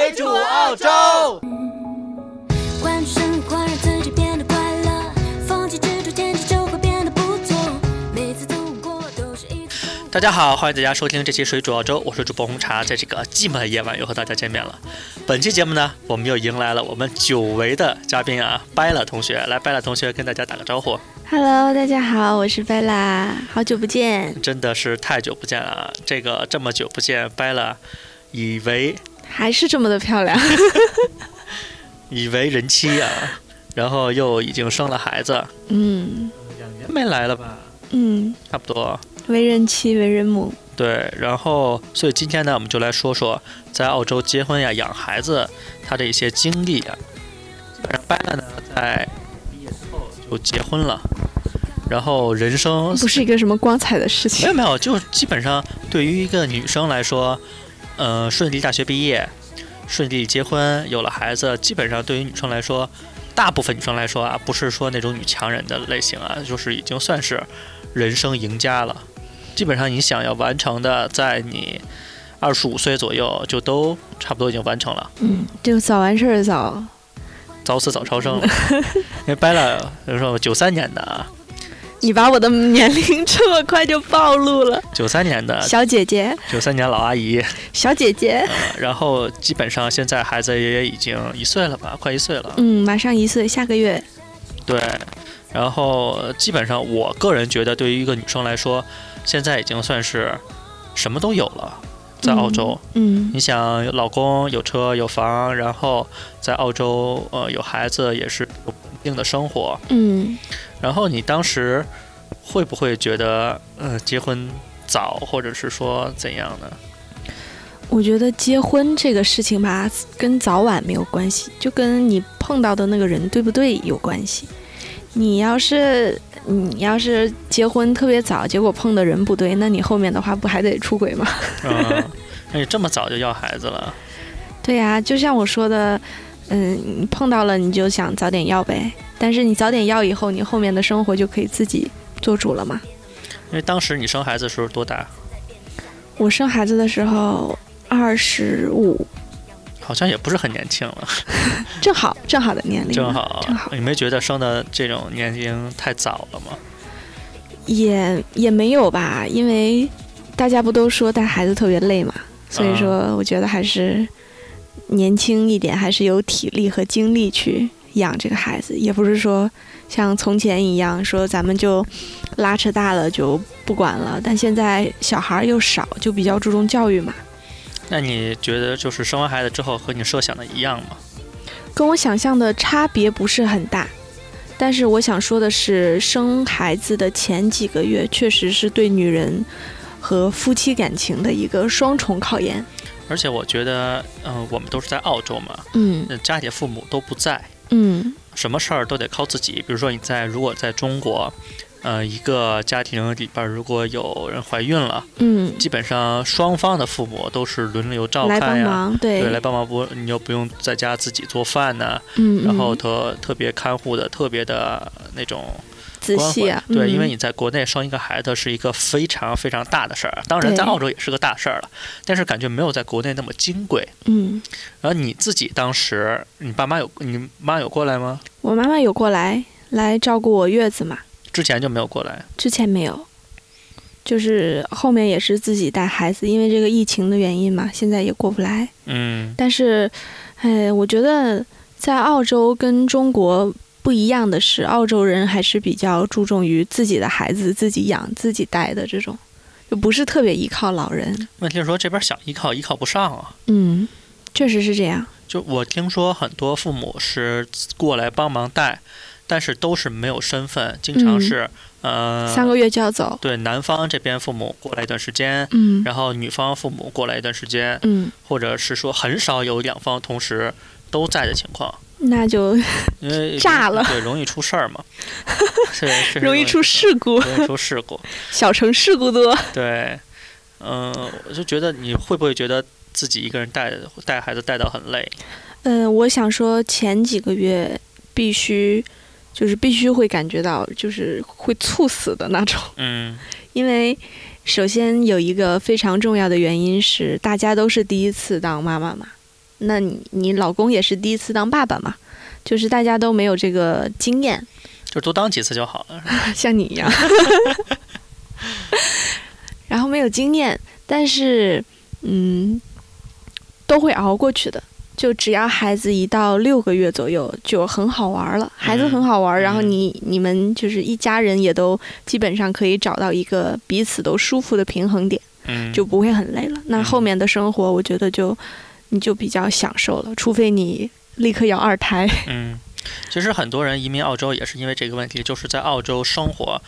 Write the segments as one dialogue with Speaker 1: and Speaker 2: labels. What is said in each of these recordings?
Speaker 1: 澳洲。
Speaker 2: 关注生活，让自己变得快乐。风起之处，天气就会变得不错。每次走过都是一次风
Speaker 3: 大家好，欢迎大家收听这期《水煮澳洲》，我是主播红茶，在这个寂寞的夜晚又和大家见面了。本期节目呢，我们又迎来了我们久违的嘉宾啊，掰了同学，来，掰了同学跟大家打个招呼。
Speaker 4: Hello，大家好，我是贝拉，好久不见，
Speaker 3: 真的是太久不见了，啊！这个这么久不见，掰了，以为
Speaker 4: 还是这么的漂 亮。
Speaker 3: 以为人妻啊，然后又已经生了孩子，
Speaker 4: 嗯
Speaker 3: 两年没来了吧，
Speaker 4: 嗯，
Speaker 3: 差不多。
Speaker 4: 为人妻，为人母，
Speaker 3: 对，然后所以今天呢，我们就来说说在澳洲结婚呀、养孩子他的一些经历啊。基本上 b e 呢，在毕业之后就结婚了，然后人生
Speaker 4: 不是一个什么光彩的事
Speaker 3: 没
Speaker 4: 情
Speaker 3: 有。没有，就基本上对于一个女生来说，呃，顺利大学毕业，顺利结婚，有了孩子，基本上对于女生来说，大部分女生来说啊，不是说那种女强人的类型啊，就是已经算是人生赢家了。基本上你想要完成的，在你二十五岁左右就都差不多已经完成了，
Speaker 4: 嗯，就早完事儿早。
Speaker 3: 早死早超生了。因为掰了，比如说九三年的啊，
Speaker 4: 你把我的年龄这么快就暴露了，
Speaker 3: 九三年的，
Speaker 4: 小姐姐，
Speaker 3: 九三年老阿姨。
Speaker 4: 小姐姐，
Speaker 3: 然后基本上现在孩子也已经一岁了吧，快一岁了。
Speaker 4: 嗯，马上一岁，下个月，
Speaker 3: 对，然后基本上我个人觉得，对于一个女生来说，现在已经算是什么都有了。在澳洲，
Speaker 4: 嗯，
Speaker 3: 你想有老公有车有房，然后在澳洲呃有孩子，也是有稳定的生活。
Speaker 4: 嗯
Speaker 3: 然后你当时会不会觉得，呃，结婚早，或者是说怎样呢？
Speaker 4: 嗯，我觉得结婚这个事情吧，跟早晚没有关系，就跟你碰到的那个人对不对有关系。你要是嗯你要是结婚特别早，结果碰的人不对，那你后面的话不还得出轨吗？
Speaker 3: 嗯，那你这么早就要孩子了，
Speaker 4: 对呀、就像我说的，嗯，你碰到了你就想早点要呗，但是你早点要以后，你后面的生活就可以自己做主了嘛。
Speaker 3: 因为当时你生孩子的时候多大？
Speaker 4: 我生孩子的时候二十五，
Speaker 3: 好像也不是很年轻了，
Speaker 4: 正好正好的年龄，
Speaker 3: 正好，啊
Speaker 4: 正好
Speaker 3: 你没觉得生的这种年龄太早了吗？
Speaker 4: 也也没有吧，因为大家不都说带孩子特别累嘛，所以说我觉得还是年轻一点，还是有体力和精力去养这个孩子，也不是说像从前一样说咱们就拉扯大了就不管了。但现在小孩儿又少，就比较注重教育嘛，
Speaker 3: 那你觉得就是生完孩子之后和你设想的一样吗？
Speaker 4: 跟我想象的差别不是很大。但是我想说的是，生孩子的前几个月确实是对女人和夫妻感情的一个双重考验。
Speaker 3: 而且我觉得，嗯、我们都是在澳洲嘛，
Speaker 4: 嗯
Speaker 3: 那家里父母都不在，
Speaker 4: 嗯
Speaker 3: 什么事儿都得靠自己。比如说你在如果在中国，呃，一个家庭里边儿如果有人怀孕了，
Speaker 4: 嗯，
Speaker 3: 基本上双方的父母都是轮流照
Speaker 4: 来
Speaker 3: 看
Speaker 4: 帮
Speaker 3: 呀。
Speaker 4: 忙，对
Speaker 3: 对，来帮忙不，你又不用在家自己做饭呢、
Speaker 4: 嗯，
Speaker 3: 然后
Speaker 4: 嗯
Speaker 3: 特特别看护的，特别的那种
Speaker 4: 仔
Speaker 3: 关
Speaker 4: 细啊，
Speaker 3: 怀对，因为
Speaker 4: 嗯
Speaker 3: 你在国内生一个孩子是一个非常非常大的事儿，啊当然在
Speaker 4: 对
Speaker 3: 澳洲也是个大事儿了，但是感觉没有在国内那么金贵。
Speaker 4: 嗯，
Speaker 3: 然后你自己当时，你爸妈有你妈有过来吗？
Speaker 4: 我妈妈有过来来照顾我月子嘛，
Speaker 3: 之前就没有过来，
Speaker 4: 之前没有，就是后面也是自己带孩子，因为这个疫情的原因嘛，现在也过不来。
Speaker 3: 嗯，
Speaker 4: 但是，哎，我觉得在澳洲跟中国不一样的是，澳洲人还是比较注重于自己的孩子自己养、自己带的这种，就不是特别依靠老人。
Speaker 3: 问题是说这边想依靠依靠不上啊。
Speaker 4: 嗯，确实是这样。
Speaker 3: 就我听说很多父母是过来帮忙带，但是都是没有身份，经常
Speaker 4: 嗯
Speaker 3: 是、呃
Speaker 4: 三个月就要走。
Speaker 3: 对男方这边父母过来一段时间，
Speaker 4: 嗯
Speaker 3: 然后女方父母过来一段时间，
Speaker 4: 嗯，
Speaker 3: 或者是说很少有两方同时都在的情况，
Speaker 4: 那就
Speaker 3: 因为
Speaker 4: 炸了
Speaker 3: 对，容易出事儿 嘛，对，确实
Speaker 4: 容易出，事故，
Speaker 3: 容易出事故。
Speaker 4: 小城事故 多。
Speaker 3: 对，嗯、我就觉得你会不会觉得自己一个人带带孩子带到很累？
Speaker 4: 嗯，我想说前几个月必须，就是必须会感觉到，就是会猝死的那种。
Speaker 3: 嗯
Speaker 4: 因为首先有一个非常重要的原因是，大家都是第一次当妈妈嘛，那你你老公也是第一次当爸爸嘛，就是大家都没有这个经验，
Speaker 3: 就多当几次就好了。
Speaker 4: 像你一样， 然后没有经验，但是嗯，都会熬过去的。就只要孩子一到六个月左右，就很好玩儿了。孩子很好玩儿，然后
Speaker 3: 嗯
Speaker 4: 你你们就是一家人也都基本上可以找到一个彼此都舒服的平衡点，
Speaker 3: 嗯，
Speaker 4: 就不会很累了。那后面的生活，我觉得就你就比较享受了，除非你立刻要二胎。
Speaker 3: 嗯，其实很多人移民澳洲也是因为这个问题，就是在澳洲生活，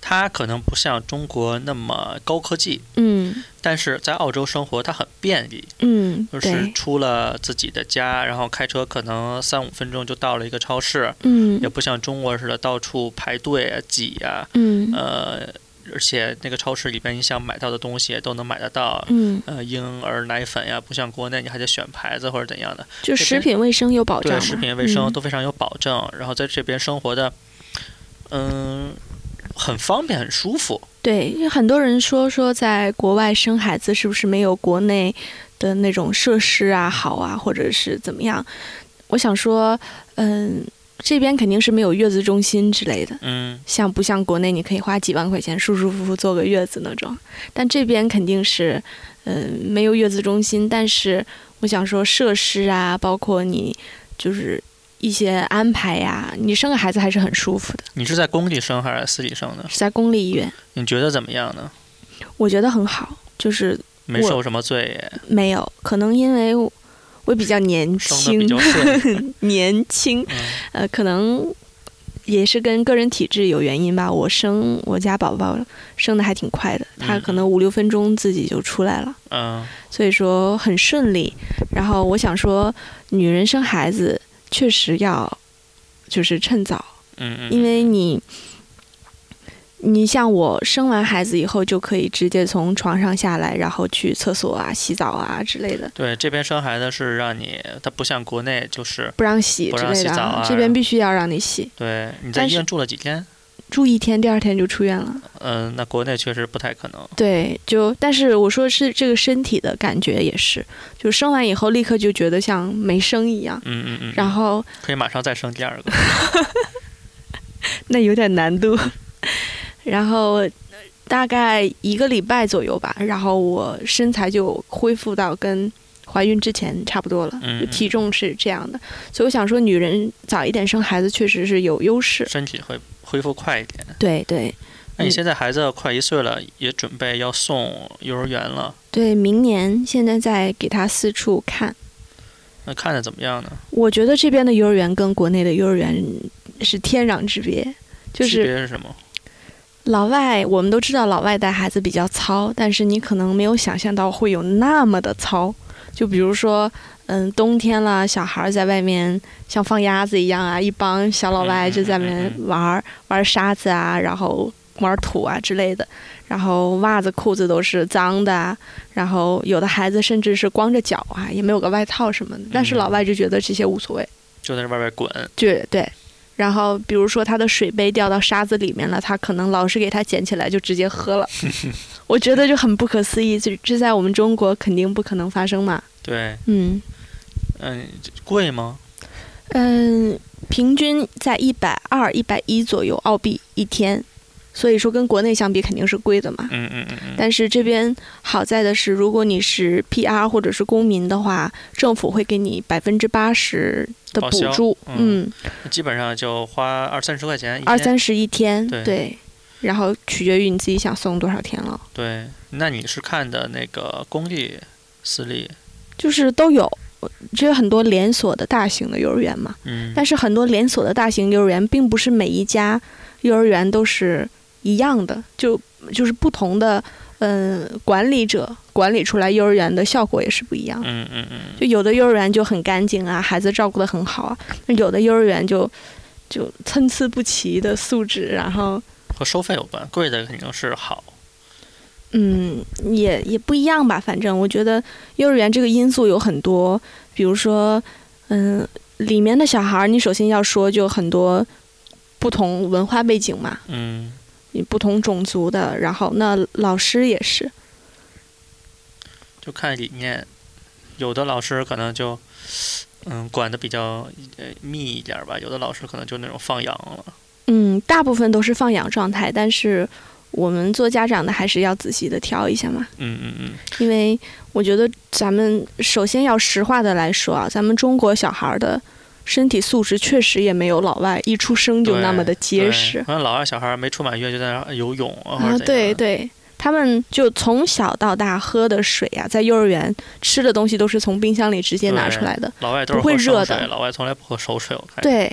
Speaker 3: 它可能不像中国那么高科技，
Speaker 4: 嗯
Speaker 3: 但是在澳洲生活它很便利，
Speaker 4: 嗯，
Speaker 3: 就是
Speaker 4: 对，
Speaker 3: 出了自己的家，然后开车可能三五分钟就到了一个超市，
Speaker 4: 嗯
Speaker 3: 也不像中国似的到处排队啊挤啊，
Speaker 4: 嗯
Speaker 3: 呃，而且那个超市里边你想买到的东西都能买得到。
Speaker 4: 嗯，
Speaker 3: 呃，婴儿奶粉呀，不像国内你还得选牌子或者怎样的，
Speaker 4: 就
Speaker 3: 这
Speaker 4: 食
Speaker 3: 边
Speaker 4: 品卫生有保障
Speaker 3: 对
Speaker 4: 嘛，
Speaker 3: 食品卫生
Speaker 4: 嗯
Speaker 3: 都非常有保证。然后在这边生活的，嗯，很方便，很舒服。
Speaker 4: 对，因为很多人说说在国外生孩子是不是没有国内的那种设施啊好啊，或者是怎么样？我想说，嗯，这边肯定是没有月子中心之类的，
Speaker 3: 嗯
Speaker 4: 像不像国内你可以花几万块钱舒舒服服坐个月子那种？但这边肯定是，嗯，没有月子中心，但是我想说设施啊，包括你就是一些安排呀、你生个孩子还是很舒服的，
Speaker 3: 你是在公立生还是私立生呢？
Speaker 4: 是在公立医院，
Speaker 3: 你觉得怎么样呢？
Speaker 4: 我觉得很好，就是
Speaker 3: 没
Speaker 4: 我
Speaker 3: 受什么罪耶，
Speaker 4: 没有，可能因为我我比较年
Speaker 3: 生的比
Speaker 4: 轻
Speaker 3: 较， 顺。
Speaker 4: 年轻，
Speaker 3: 嗯
Speaker 4: 呃，可能也是跟个人体质有原因吧。我生我家宝宝生的还挺快的，他
Speaker 3: 嗯
Speaker 4: 可能五六分钟自己就出来了，
Speaker 3: 嗯
Speaker 4: 所以说很顺利。然后我想说，女人生孩子确实要就是趁早，
Speaker 3: 嗯嗯，
Speaker 4: 因为你。你像我生完孩子以后就可以直接从床上下来，然后去厕所啊、洗澡啊之类的。
Speaker 3: 对这边生孩子是让你，它不像国内就是
Speaker 4: 不让洗
Speaker 3: 不
Speaker 4: 之
Speaker 3: 让
Speaker 4: 类
Speaker 3: 洗
Speaker 4: 的
Speaker 3: 澡啊
Speaker 4: 这边必须要让你洗，
Speaker 3: 对你在
Speaker 4: 但
Speaker 3: 医院
Speaker 4: 是
Speaker 3: 住了几天？
Speaker 4: 住一天，第二天就出院了。
Speaker 3: 嗯、那国内确实不太可能。
Speaker 4: 对，就但是我说是这个身体的感觉也是，就生完以后立刻就觉得像没生一样，
Speaker 3: 嗯嗯嗯，
Speaker 4: 然后
Speaker 3: 可以马上再生第二个。
Speaker 4: 那有点难度， 然后呃大概一个礼拜左右吧，然后我身材就恢复到跟。怀孕之前差不多了，
Speaker 3: 嗯
Speaker 4: 就体重是这样的，所以我想说，女人早一点生孩子确实是有优势。
Speaker 3: 身体会恢复快一点。
Speaker 4: 对对
Speaker 3: 那你
Speaker 4: 嗯
Speaker 3: 现在孩子快一岁了，也准备要送幼儿园了，
Speaker 4: 对，明年现在在给她四处看，
Speaker 3: 那看着怎么样呢？
Speaker 4: 我觉得这边的幼儿园跟国内的幼儿园是天壤之别，就
Speaker 3: 区
Speaker 4: 是
Speaker 3: 别是什么？
Speaker 4: 老外，我们都知道老外带孩子比较糙，但是你可能没有想象到会有那么的糙。就比如说，嗯，冬天了，小孩儿在外面像放鸭子一样啊，一帮小老外就在外面玩儿玩沙子啊，然后玩土啊之类的，然后袜子裤子都是脏的啊，然后有的孩子甚至是光着脚啊，也没有个外套什么的，但是老外就觉得这些无所谓。
Speaker 3: 就在那外边滚。
Speaker 4: 对对。然后，比如说他的水杯掉到沙子里面了，他可能老师给他捡起来就直接 喝了，我觉得就很不可思议，这这在我们中国肯定不可能发生嘛。
Speaker 3: 对，
Speaker 4: 嗯
Speaker 3: 嗯，贵吗？
Speaker 4: 嗯，平均在一百二、一百一左右澳币一天，所以说跟国内相比肯定是贵的嘛。
Speaker 3: 嗯嗯嗯嗯。
Speaker 4: 但是这边好在的是，如果你是 PR 或者是公民的话，政府会给你百分之八十的
Speaker 3: 报
Speaker 4: 补
Speaker 3: 销
Speaker 4: 助，
Speaker 3: 嗯
Speaker 4: 嗯
Speaker 3: 基本上就花二三十块钱一
Speaker 4: 二
Speaker 3: 天
Speaker 4: 三十一天，
Speaker 3: 对
Speaker 4: 然后取决于你自己想送多少天了，
Speaker 3: 对，那你是看的那个公立、私立？
Speaker 4: 就是都有。这有很多连锁的大型的幼儿园嘛，
Speaker 3: 嗯，
Speaker 4: 但是很多连锁的大型幼儿园，并不是每一家幼儿园都是一样的，就就是不同的，嗯、管理者管理出来幼儿园的效果也是不一样的。
Speaker 3: 嗯嗯嗯，
Speaker 4: 就有的幼儿园就很干净啊，孩子照顾得很好啊，那有的幼儿园就就参差不齐的素质，然后
Speaker 3: 和收费有关，贵的肯定是好。
Speaker 4: 嗯，也也不一样吧。反正我觉得幼儿园这个因素有很多，比如说，嗯，里面的小孩儿，你首先要说就很多不同文化背景嘛，
Speaker 3: 嗯，
Speaker 4: 你不同种族的，然后那老师也是，
Speaker 3: 就看理念，有的老师可能就嗯管的比较呃密一点儿吧。有的老师可能就那种放羊了。
Speaker 4: 嗯，大部分都是放养状态，但是我们做家长的还是要仔细的挑一下嘛，
Speaker 3: 嗯嗯嗯，
Speaker 4: 因为我觉得咱们首先要实话的来说啊，咱们中国小孩儿的身体素质确实也没有老外一出生就那么的结
Speaker 3: 对
Speaker 4: 实
Speaker 3: 好像老二小孩儿没出满月就在那儿游泳啊，或者
Speaker 4: 啊，
Speaker 3: 怎样
Speaker 4: 对对。他们就从小到大喝的水啊，在幼儿园吃的东西都是从冰箱里直接拿
Speaker 3: 对
Speaker 4: 出来的，
Speaker 3: 老外都是
Speaker 4: 不会
Speaker 3: 喝生
Speaker 4: 热
Speaker 3: 水
Speaker 4: 的
Speaker 3: 老外从来不喝熟水，我看。，
Speaker 4: 对，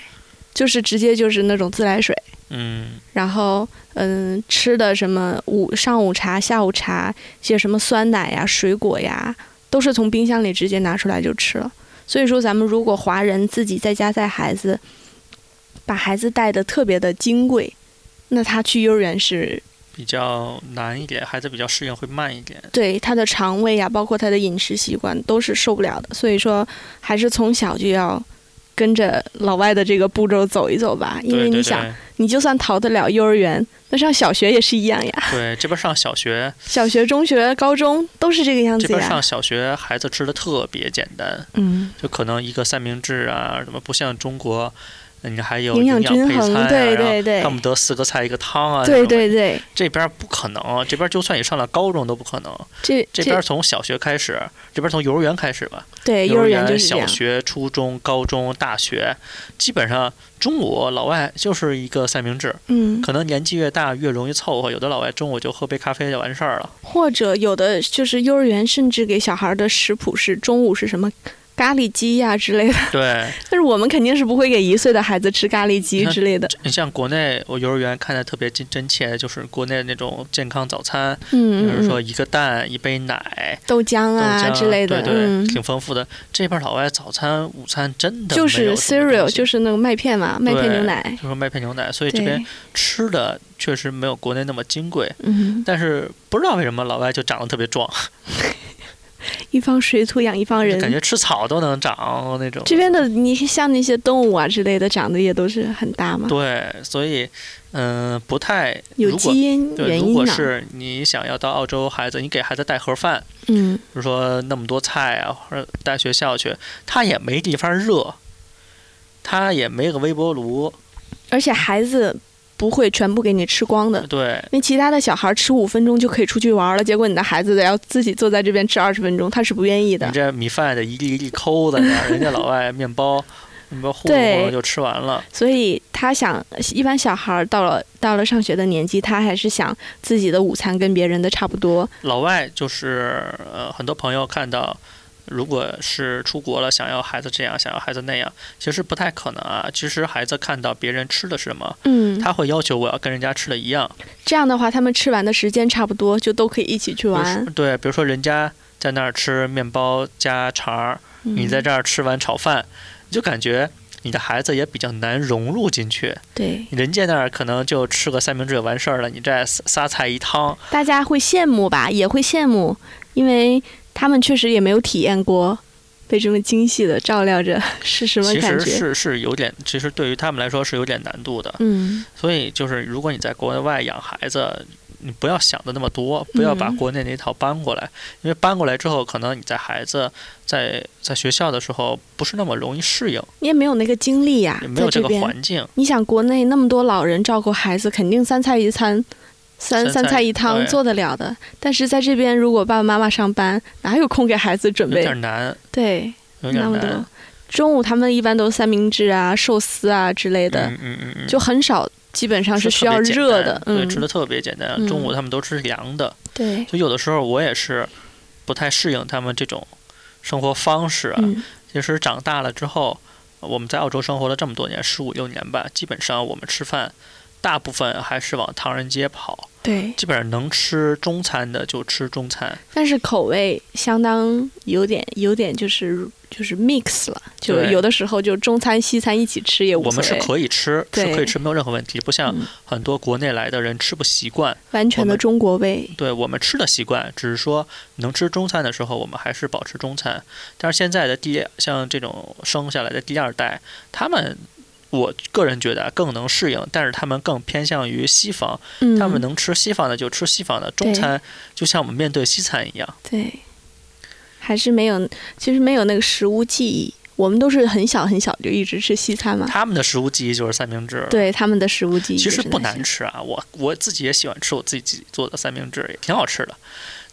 Speaker 4: 就是直接就是那种自来水。
Speaker 3: 嗯，
Speaker 4: 然后嗯，吃的什么午上午茶、下午茶，一些什么酸奶呀、水果呀，都是从冰箱里直接拿出来就吃了。所以说，咱们如果华人自己在家带孩子，把孩子带的特别的金贵，那他去幼儿园是
Speaker 3: 比较难一点，孩子比较适应会慢一点。
Speaker 4: 对他的肠胃呀，包括他的饮食习惯都是受不了的。所以说，还是从小就要跟着老外的这个步骤走一走吧，因为
Speaker 3: 对
Speaker 4: 你
Speaker 3: 对
Speaker 4: 想，
Speaker 3: 对
Speaker 4: 你就算逃得了幼儿园，那上小学也是一样呀。
Speaker 3: 对，这边上小学，
Speaker 4: 小学、中学、高中都 是这个样
Speaker 3: 这
Speaker 4: 子
Speaker 3: 边
Speaker 4: 呀。
Speaker 3: 上小学孩子吃的特别简单，
Speaker 4: 嗯，
Speaker 3: 就可能一个三明治啊，什么不像中国，你还有
Speaker 4: 营
Speaker 3: 养
Speaker 4: 养均
Speaker 3: 配餐
Speaker 4: 衡，
Speaker 3: 啊，
Speaker 4: 对
Speaker 3: 然后
Speaker 4: 对对
Speaker 3: 恨，不得四个菜一个汤啊，
Speaker 4: 对
Speaker 3: 那种
Speaker 4: 对对，
Speaker 3: 这边不可能，这边就算你上了高中都不可能。
Speaker 4: 这
Speaker 3: 这边从小学开始，这边从幼儿园开始吧，
Speaker 4: 对
Speaker 3: 幼
Speaker 4: 幼儿园
Speaker 3: 园、
Speaker 4: 就是这
Speaker 3: 小
Speaker 4: 样。
Speaker 3: 学、初中、高中、大学，基本上中午老外就是一个三明治，
Speaker 4: 嗯，
Speaker 3: 可能年纪越大越容易凑合，有的老外中午就喝杯咖啡就完事儿 了。
Speaker 4: 或者有的就是幼儿园甚至给小孩的食谱是中午是什么咖喱鸡呀、之类的，
Speaker 3: 对，
Speaker 4: 但是我们肯定是不会给一岁的孩子吃咖喱鸡之类的。
Speaker 3: 你像国内我幼儿园看的特别真真切，就是国内那种健康早餐，比
Speaker 4: 嗯
Speaker 3: 如
Speaker 4: 嗯
Speaker 3: 说
Speaker 4: 嗯，
Speaker 3: 一个蛋、一杯奶、
Speaker 4: 豆浆
Speaker 3: 豆浆
Speaker 4: 啊
Speaker 3: 啊
Speaker 4: 之类的，
Speaker 3: 对对，
Speaker 4: 嗯，
Speaker 3: 挺丰富的。这边老外早餐、午餐真的
Speaker 4: 就
Speaker 3: 没
Speaker 4: 是
Speaker 3: 有什么
Speaker 4: cereal，
Speaker 3: 东西
Speaker 4: 就是那个麦片嘛，麦片
Speaker 3: 对
Speaker 4: 牛奶。
Speaker 3: 就是麦片牛奶，所以这边
Speaker 4: 对，
Speaker 3: 吃的确实没有国内那么金贵，
Speaker 4: 嗯，
Speaker 3: 但是不知道为什么老外就长得特别壮，
Speaker 4: 一方水土养一方人，
Speaker 3: 感觉吃草都能长那种。
Speaker 4: 这边的你像那些动物啊之类的，长得也都是很大嘛，
Speaker 3: 对，所以嗯、不太
Speaker 4: 有
Speaker 3: 如果
Speaker 4: 基因
Speaker 3: 对，
Speaker 4: 原
Speaker 3: 如
Speaker 4: 因啊
Speaker 3: 果
Speaker 4: 呢。
Speaker 3: 是你想要到澳洲，孩子你给孩子带盒饭，
Speaker 4: 嗯，
Speaker 3: 比如说那么多菜啊，或者带学校去，他也没地方热，他也没个微波炉，
Speaker 4: 而且孩子不会全部给你吃光的，
Speaker 3: 对
Speaker 4: 因为其他的小孩吃五分钟就可以出去玩了，结果你的孩子得要自己坐在这边吃二十分钟，他是不愿意
Speaker 3: 你
Speaker 4: 的。
Speaker 3: 这米饭得一粒一粒抠在那儿，人家老外面 包。面包糊弄糊
Speaker 4: 对
Speaker 3: 弄就吃完了，
Speaker 4: 所以他想，一般小孩到了到了上学的年纪，他还是想自己的午餐跟别人的差不多。
Speaker 3: 老外就是呃，很多朋友看到，如果是出国了，想要孩子这样，想要孩子那样，其实不太可能啊。其实孩子看到别人吃的什么，
Speaker 4: 嗯，
Speaker 3: 他会要求我要跟人家吃的一样。
Speaker 4: 这样的话，他们吃完的时间差不多，就都可以一起去
Speaker 3: 比如
Speaker 4: 玩
Speaker 3: 说。对，比如说人家在那儿吃面包加肠儿，你在
Speaker 4: 嗯、
Speaker 3: 这儿吃完炒饭，你就感觉你的孩子也比较难融入进去。
Speaker 4: 对，
Speaker 3: 人家那儿可能就吃个三明治就完事儿了，你这仨仨菜一汤，
Speaker 4: 大家会羡慕吧，也会羡慕，因为他们确实也没有体验过被这么精细的照料着是什么
Speaker 3: 其
Speaker 4: 感
Speaker 3: 实
Speaker 4: 觉。
Speaker 3: 是是有点，其实对于他们来说是有点难度的。
Speaker 4: 嗯，
Speaker 3: 所以就是，如果你在国外养孩子，你不要想的那么多，不要把
Speaker 4: 嗯
Speaker 3: 国内那套搬过来，因为搬过来之后，可能你在孩子在在学校的时候不是那么容易适应，
Speaker 4: 你也没有那个精力呀、
Speaker 3: 也没
Speaker 4: 在
Speaker 3: 有这个
Speaker 4: 边。
Speaker 3: 环境。
Speaker 4: 你想，国内那么多老人照顾孩子，肯定三菜一餐。三
Speaker 3: 三菜
Speaker 4: 菜一
Speaker 3: 对
Speaker 4: 汤做得了的，但是在这边，如果爸爸妈妈上班，哪有空给孩子准
Speaker 3: 有
Speaker 4: 备？
Speaker 3: 点难，
Speaker 4: 对，
Speaker 3: 有
Speaker 4: 那
Speaker 3: 点
Speaker 4: 么
Speaker 3: 难
Speaker 4: 多。。中午他们一般都三明治啊、寿司啊之类的，
Speaker 3: 嗯嗯嗯嗯，
Speaker 4: 就很少，基本上
Speaker 3: 吃
Speaker 4: 是
Speaker 3: 特
Speaker 4: 需要
Speaker 3: 别简
Speaker 4: 热
Speaker 3: 单
Speaker 4: 的。
Speaker 3: 对，
Speaker 4: 嗯，
Speaker 3: 吃的特别简单。中午他们都吃凉的，
Speaker 4: 对，
Speaker 3: 所以有的时候我也是不太适应他们这种生活方式啊。
Speaker 4: 嗯，
Speaker 3: 其实长大了之后，我们在澳洲生活了这么多年，十五六年吧，基本上我们吃饭大部分还是往唐人街跑，
Speaker 4: 对。
Speaker 3: 基本上能吃中餐的就吃中餐，
Speaker 4: 但是口味相当有点有点就是就是 mix 了，就
Speaker 3: 对
Speaker 4: 有的时候就中餐西餐一起吃也无
Speaker 3: 我
Speaker 4: 所
Speaker 3: 们是
Speaker 4: 谓，
Speaker 3: 可以吃，是
Speaker 4: 对
Speaker 3: 可以吃，没有任何问题，不像
Speaker 4: 嗯
Speaker 3: 很多国内来的人吃不习惯。
Speaker 4: 完全
Speaker 3: 我
Speaker 4: 的
Speaker 3: 们
Speaker 4: 中国味。
Speaker 3: 对我们吃的习惯，只是说能吃中餐的时候，我们还是保持中餐。但是现在的第像这种生下来的第二代，他们。我个人觉得啊更能适应，但是他们更偏向于西方，
Speaker 4: 嗯，
Speaker 3: 他们能吃西方的就吃西方的，中
Speaker 4: 对
Speaker 3: 餐就像我们面对西餐一样。
Speaker 4: 对，还是没有，其实没有那个食物记忆。我们都是很小很小就一直吃西餐嘛，
Speaker 3: 他们的食物记忆就是三明治。，
Speaker 4: 对他们的食物记忆
Speaker 3: 其
Speaker 4: 也
Speaker 3: 实
Speaker 4: 是
Speaker 3: 不
Speaker 4: 那
Speaker 3: 难
Speaker 4: 些，
Speaker 3: 吃啊，我我自己也喜欢吃我自己做的三明治，也挺好吃的。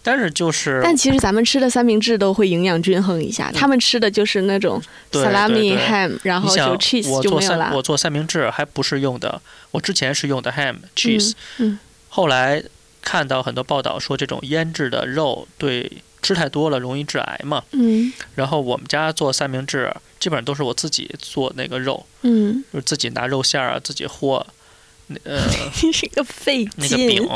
Speaker 3: 但是就是
Speaker 4: 但其实咱们吃的三明治都会营养均衡一下，他们吃的就是那种
Speaker 3: 嗯对
Speaker 4: salami
Speaker 3: 对对
Speaker 4: ham，然
Speaker 3: 你
Speaker 4: 后
Speaker 3: 想
Speaker 4: 就 cheese
Speaker 3: 我
Speaker 4: 就
Speaker 3: 做
Speaker 4: 没有
Speaker 3: 三
Speaker 4: 了
Speaker 3: 我。做三明治还不是用的，我之前是用的 ham cheese，、
Speaker 4: 嗯
Speaker 3: 后来看到很多报道说这种腌制的肉对吃太多了容易致癌嘛，
Speaker 4: 嗯
Speaker 3: 然后我们家做三明治基本上都是我自己做那个肉，
Speaker 4: 嗯，
Speaker 3: 就是自己拿肉馅儿啊自己和，那 呃
Speaker 4: 你是个费
Speaker 3: 那个
Speaker 4: 劲
Speaker 3: 饼。，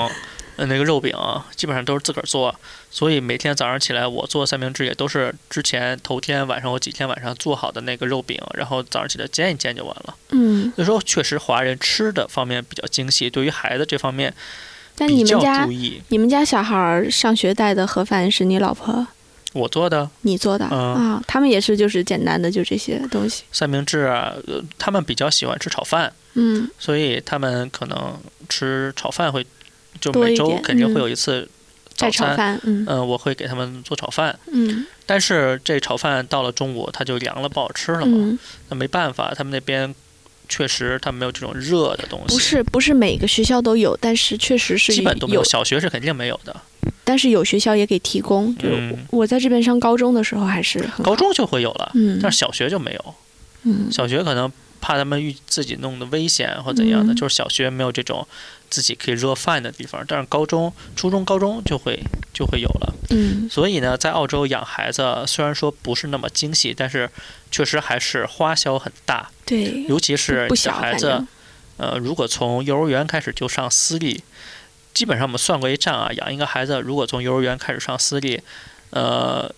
Speaker 3: 呃那个肉饼基本上都是自个儿做，所以每天早上起来我做三明治也都是之前头天晚上我几天晚上做好的那个肉饼，然后早上起来煎一煎就完了。
Speaker 4: 嗯，
Speaker 3: 有时候确实华人吃的方面比较精细，对于孩子这方面
Speaker 4: 但
Speaker 3: 比
Speaker 4: 你
Speaker 3: 较
Speaker 4: 们家
Speaker 3: 注意。
Speaker 4: 你们家小孩儿上学带的盒饭是你老婆
Speaker 3: 我做的
Speaker 4: 你做的、
Speaker 3: 嗯
Speaker 4: 啊？他们也是就是简单的就这些东西。
Speaker 3: 三明治啊，呃，他们比较喜欢吃炒饭，
Speaker 4: 嗯
Speaker 3: 所以他们可能吃炒饭会，就
Speaker 4: 多
Speaker 3: 每
Speaker 4: 一
Speaker 3: 周
Speaker 4: 点
Speaker 3: 肯定会
Speaker 4: 嗯
Speaker 3: 有一次早
Speaker 4: 在炒
Speaker 3: 餐。
Speaker 4: 饭，嗯
Speaker 3: 嗯，我会给他们做炒饭，
Speaker 4: 嗯
Speaker 3: 但是这炒饭到了中午它就凉了，不好吃了嘛。
Speaker 4: 嗯，
Speaker 3: 那没办法，他们那边确实他们没有这种热的东西，
Speaker 4: 不是不是每个学校都有，但是确实是
Speaker 3: 基本都没
Speaker 4: 有
Speaker 3: 有，小学是肯定没有的。
Speaker 4: 但是有学校也给提供。就是
Speaker 3: 嗯
Speaker 4: 我在这边上高中的时候还是很
Speaker 3: 高
Speaker 4: 好，
Speaker 3: 中就会有了，
Speaker 4: 嗯
Speaker 3: 但是小学就没有。
Speaker 4: 嗯
Speaker 3: 小学可能怕他们遇自己弄的危险或怎样的，
Speaker 4: 嗯
Speaker 3: 就是小学没有这种自己可以热饭的地方，但是高中、初中、高中就会就会有了。
Speaker 4: 嗯
Speaker 3: 所以呢，在澳洲养孩子虽然说不是那么精细，但是确实还是花销很大，
Speaker 4: 对，
Speaker 3: 尤其是
Speaker 4: 嗯不
Speaker 3: 你的
Speaker 4: 小
Speaker 3: 孩
Speaker 4: 反
Speaker 3: 子
Speaker 4: 正，
Speaker 3: 呃，如果从幼儿园开始就上私立，基本上我们算过一账啊，养一个孩子如果从幼儿园开始上私立，呃，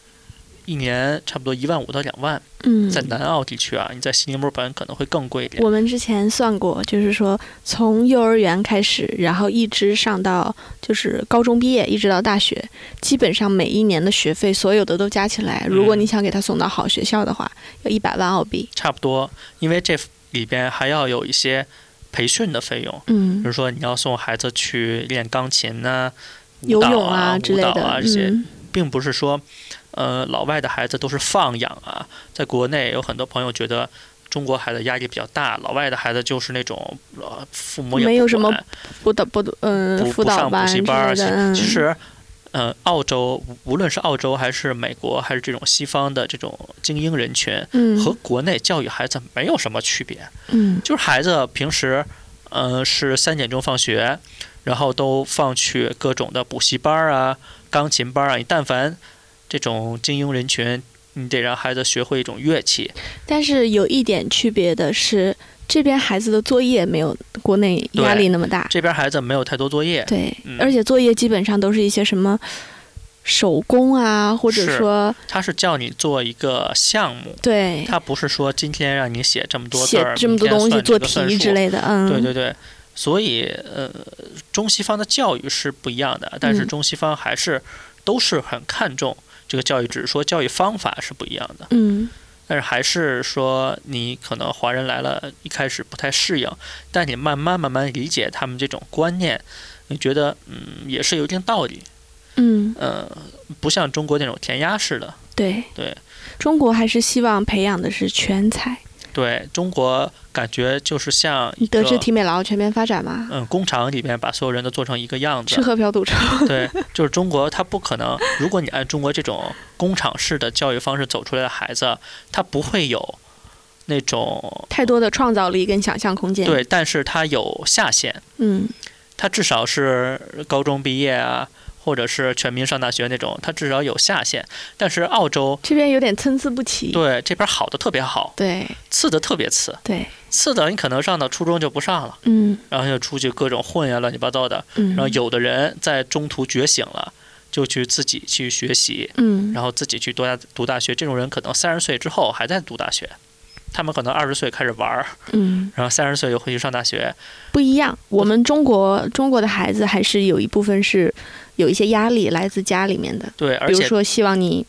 Speaker 3: 一年差不多一万五到两万。
Speaker 4: 嗯
Speaker 3: 在南澳地区啊，你在悉尼、墨尔本可能会更贵一点。
Speaker 4: 我们之前算过，就是说从幼儿园开始，然后一直上到就是高中毕业，一直到大学，基本上每一年的学费，所有的都加起来，如果
Speaker 3: 嗯
Speaker 4: 你想给他送到好学校的话，要一百万澳币。
Speaker 3: 差不多，因为这里边还要有一些培训的费用，比
Speaker 4: 嗯
Speaker 3: 如，说你要送孩子去练钢琴呐、舞
Speaker 4: 游
Speaker 3: 蹈
Speaker 4: 泳
Speaker 3: 啊、
Speaker 4: 之
Speaker 3: 舞
Speaker 4: 类
Speaker 3: 蹈
Speaker 4: 的，
Speaker 3: 啊这些，
Speaker 4: 嗯
Speaker 3: 并不是说，呃，老外的孩子都是放养啊。在国内有很多朋友觉得。中国孩子压力比较大，老外的孩子就是那种，呃，父母也
Speaker 4: 没
Speaker 3: 不
Speaker 4: 有什么
Speaker 3: 管
Speaker 4: 不导不嗯
Speaker 3: 不
Speaker 4: 辅
Speaker 3: 不
Speaker 4: 导
Speaker 3: 上补
Speaker 4: 班之
Speaker 3: 习班
Speaker 4: 类
Speaker 3: 儿，
Speaker 4: 的，
Speaker 3: 其其
Speaker 4: 嗯
Speaker 3: 实，呃，澳洲无无论是澳洲还是美国，还是这种西方的这种精英人群，
Speaker 4: 嗯
Speaker 3: 和国内教育孩子没有什么区别，
Speaker 4: 嗯
Speaker 3: 就是孩子平时，呃，是三点钟放学，然后都放去各种的补习班儿啊、钢琴班儿啊，你但凡这种精英人群。你得让孩子学会一种乐器，
Speaker 4: 但是有一点区别的是，这边孩子的作业没有国内
Speaker 3: 对
Speaker 4: 压力那么大。
Speaker 3: 这边孩子没有太多作业，
Speaker 4: 对，
Speaker 3: 嗯
Speaker 4: 而且作业基本上都是一些什么手工啊，或者
Speaker 3: 是
Speaker 4: 说
Speaker 3: 他是叫你做一个项目，
Speaker 4: 对
Speaker 3: 他不是说今天让你写这么多字
Speaker 4: 写
Speaker 3: 儿，
Speaker 4: 这么多
Speaker 3: 明天
Speaker 4: 东西
Speaker 3: 算
Speaker 4: 做
Speaker 3: 这个算
Speaker 4: 题
Speaker 3: 术
Speaker 4: 之类的，嗯，
Speaker 3: 对对对，所以呃，中西方的教育是不一样的，但是
Speaker 4: 嗯
Speaker 3: 中西方还是都是很看重这个教育，只是说教育方法是不一样的。
Speaker 4: 嗯
Speaker 3: 但是还是说你可能华人来了，一开始不太适应，但你慢慢慢慢理解他们这种观念，你觉得嗯也是有一定道理。
Speaker 4: 嗯，
Speaker 3: 呃，不像中国那种填鸭式的，
Speaker 4: 对
Speaker 3: 对
Speaker 4: 中国还是希望培养的是全才，
Speaker 3: 对中国感觉就是像一
Speaker 4: 德
Speaker 3: 个
Speaker 4: 智体美劳全面发展嘛，
Speaker 3: 嗯工厂里面把所有人都做成一个样子
Speaker 4: 吃，喝嫖赌抽，
Speaker 3: 对，就是中国，他不可能。如果你按中国这种工厂式的教育方式走出来的孩子，他不会有那 种
Speaker 4: 太多的创造力跟想象空间，
Speaker 3: 对，，但是他有下限，
Speaker 4: 嗯
Speaker 3: 他至少是高中毕业啊，或者是全民上大学那种，他至少有下限。但是澳洲
Speaker 4: 这边有点参差不齐，
Speaker 3: 对这边好的特别好，
Speaker 4: 对
Speaker 3: 次的特别次，
Speaker 4: 对，
Speaker 3: 次的你可能上到初中就不上了，
Speaker 4: 嗯
Speaker 3: 然后就出去各种混呀，乱七八糟的。
Speaker 4: 嗯，
Speaker 3: 然后有的人在中途觉醒了，就去自己去学习。
Speaker 4: 嗯
Speaker 3: 然后自己去读大读大学，这种人可能三十岁之后还在读大学，他们可能二十岁开始玩儿，
Speaker 4: 嗯
Speaker 3: 然后三十岁又回去上大学。
Speaker 4: 不一样，我们中国中国的孩子还是有一部分是有一些压力来自家里面的。
Speaker 3: 对，而
Speaker 4: 比如
Speaker 3: 且
Speaker 4: 说希望你，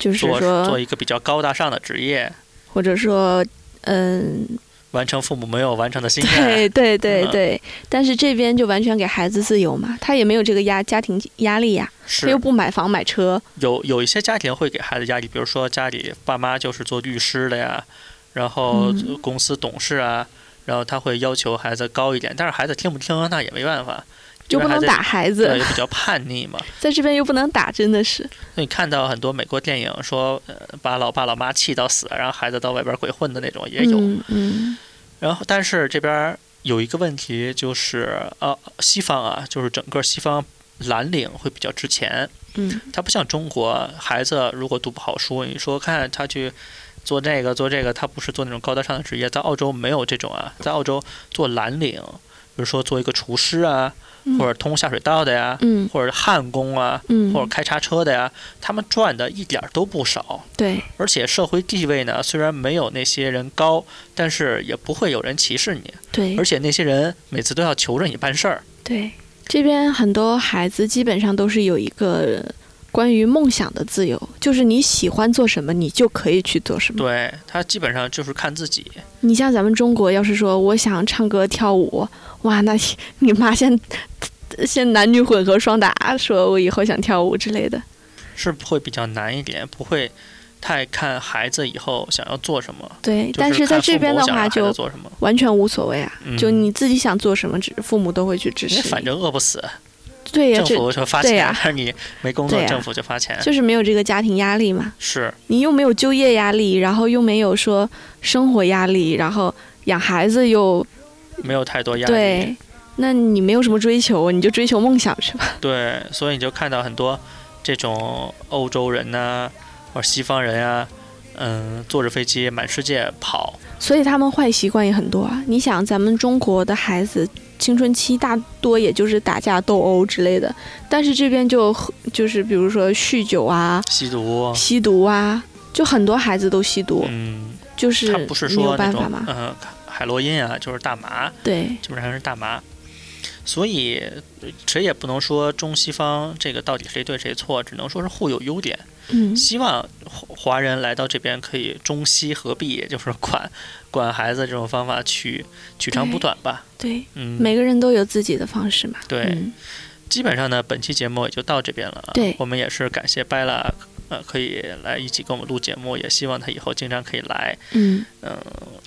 Speaker 4: 就是
Speaker 3: 做做
Speaker 4: 说，
Speaker 3: 一个比较高大上的职业，
Speaker 4: 或者说，嗯，
Speaker 3: 完成父母没有完成的心愿。
Speaker 4: 对对对
Speaker 3: 嗯
Speaker 4: 对，但是这边就完全给孩子自由嘛，他也没有这个压家庭压力呀，他
Speaker 3: 是
Speaker 4: 又不买房买车，
Speaker 3: 有有一些家庭会给孩子压力，比如说家里爸妈就是做律师的呀，然后
Speaker 4: 嗯
Speaker 3: 公司董事啊，然后他会要求孩子高一点，但是孩子听不听那也没办法，
Speaker 4: 就不能打孩
Speaker 3: 因为孩子，
Speaker 4: 子
Speaker 3: 对，，也比较叛逆嘛。
Speaker 4: 在这边又不能打，真的是。
Speaker 3: 所以看到很多美国电影说，呃，把老爸老妈气到死，然后孩子到外边鬼混的那种也有。
Speaker 4: 嗯嗯
Speaker 3: 然后，但是这边有一个问题就是，呃，西方啊，就是整个西方蓝领会比较值钱，
Speaker 4: 嗯，
Speaker 3: 它不像中国，孩子如果读不好书，你说看他去做这个做这个，他不是做那种高大上的职业，在澳洲没有这种啊，在澳洲做蓝领，比如说做一个厨师啊，
Speaker 4: 嗯
Speaker 3: 或者通下水道的呀，
Speaker 4: 嗯
Speaker 3: 或者焊工啊，
Speaker 4: 嗯，
Speaker 3: 或者开叉车的呀，他们赚的一点儿都不少。
Speaker 4: 对
Speaker 3: 而且社会地位呢，虽然没有那些人高，但是也不会有人歧视你。
Speaker 4: 对
Speaker 3: 而且那些人每次都要求着你办事儿，
Speaker 4: 对，这边很多孩子基本上都是有一个关于梦想的自由，就是你喜欢做什么，你就可以去做什么。
Speaker 3: 对他基本上就是看自己。
Speaker 4: 你像咱们中国，要是说我想唱歌跳舞，哇，那你你妈先呃先男女混合双打，说我以后想跳舞之类的。
Speaker 3: 是会比较难一点，不会太看孩子以后想要做什么。
Speaker 4: 对，
Speaker 3: 就
Speaker 4: 但
Speaker 3: 是
Speaker 4: 是在这边的
Speaker 3: 看父母
Speaker 4: 话
Speaker 3: 想让孩
Speaker 4: 就
Speaker 3: 子做什么，
Speaker 4: 完全无所谓啊，
Speaker 3: 嗯
Speaker 4: 就你自己想做什么，只父母都会去支
Speaker 3: 因
Speaker 4: 持
Speaker 3: 为
Speaker 4: 你。
Speaker 3: 反正饿不死，
Speaker 4: 对呀、
Speaker 3: 政
Speaker 4: 这
Speaker 3: 府就发
Speaker 4: 对
Speaker 3: 钱
Speaker 4: 呀，
Speaker 3: 但是你没工作
Speaker 4: 对，呀
Speaker 3: 政府就发钱。
Speaker 4: 就是没有这个家庭压力嘛，
Speaker 3: 是
Speaker 4: 你又没有就业压力，然后又没有说生活压力，然后养孩子又
Speaker 3: 没有太多压力。
Speaker 4: 对，那你没有什么追求，你就追求梦想 去吧。
Speaker 3: 对，所以你就看到很多这种欧洲人呐、或者西方人啊，嗯，坐着飞机满世界跑，
Speaker 4: 所以他们坏习惯也很多啊。你想，咱们中国的孩子青春期大多也就是打架斗殴之类的，但是这边就喝就是比如说酗酒啊、
Speaker 3: 吸毒。
Speaker 4: 吸毒啊，就很多孩子都吸毒，
Speaker 3: 嗯，
Speaker 4: 就是
Speaker 3: 他不是
Speaker 4: 没
Speaker 3: 说
Speaker 4: 有
Speaker 3: 那
Speaker 4: 办
Speaker 3: 种
Speaker 4: 法嘛。
Speaker 3: 嗯海洛因啊，就是大麻，
Speaker 4: 对，
Speaker 3: 基本上是大麻。所以呃谁也不能说中西方这个到底谁对谁错，只能说是互有优点。
Speaker 4: 嗯，
Speaker 3: 希望华华人来到这边可以中西合璧，也就是管管孩子这种方法取取长补
Speaker 4: 对
Speaker 3: 短吧。
Speaker 4: 对，
Speaker 3: 嗯，
Speaker 4: 每个人都有自己的方式嘛。
Speaker 3: 对
Speaker 4: 嗯
Speaker 3: 基本上呢，本期节目也就到这边了啊。
Speaker 4: 对
Speaker 3: 我们也是感谢拜拉，呃，可以来一起跟我们录节目，也希望他以后经常可以来。
Speaker 4: 嗯，
Speaker 3: 嗯，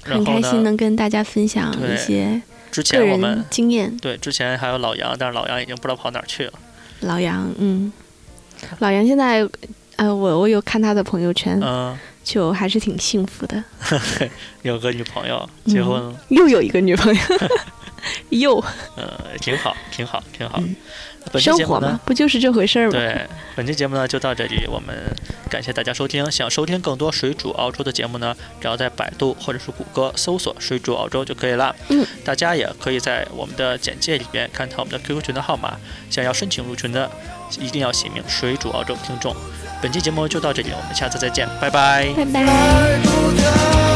Speaker 3: 然
Speaker 4: 很
Speaker 3: 后
Speaker 4: 开心
Speaker 3: 呢，
Speaker 4: 能跟大家分享
Speaker 3: 对
Speaker 4: 一些
Speaker 3: 之
Speaker 4: 个
Speaker 3: 前我们
Speaker 4: 人经验。
Speaker 3: 对之前还有老杨，但是老杨已经不知道跑哪儿去了。
Speaker 4: 老杨，嗯，老杨现在，呃，我我有看他的朋友圈，
Speaker 3: 嗯，
Speaker 4: 就还是挺幸福的，
Speaker 3: 有个女朋友，结婚了。
Speaker 4: 又有一个女朋 友，又
Speaker 3: 呃，挺好，挺好，挺好。
Speaker 4: 嗯
Speaker 3: 本期
Speaker 4: 生
Speaker 3: 节目
Speaker 4: 活
Speaker 3: 呢
Speaker 4: 嘛，，不就是这回事儿吗？
Speaker 3: 对，本期节目呢就到这里，我们感谢大家收听。想收听更多水煮澳洲的节目呢，只要在百度或者是谷歌搜索“水煮澳洲”就可以了。
Speaker 4: 嗯，
Speaker 3: 大家也可以在我们的简介里边看到我们的 QQ 群的号码，想要申请入群的，一定要写明“水煮澳洲听众”。本期节目就到这里，我们下次再见，拜拜。
Speaker 4: 拜拜。
Speaker 1: 不得。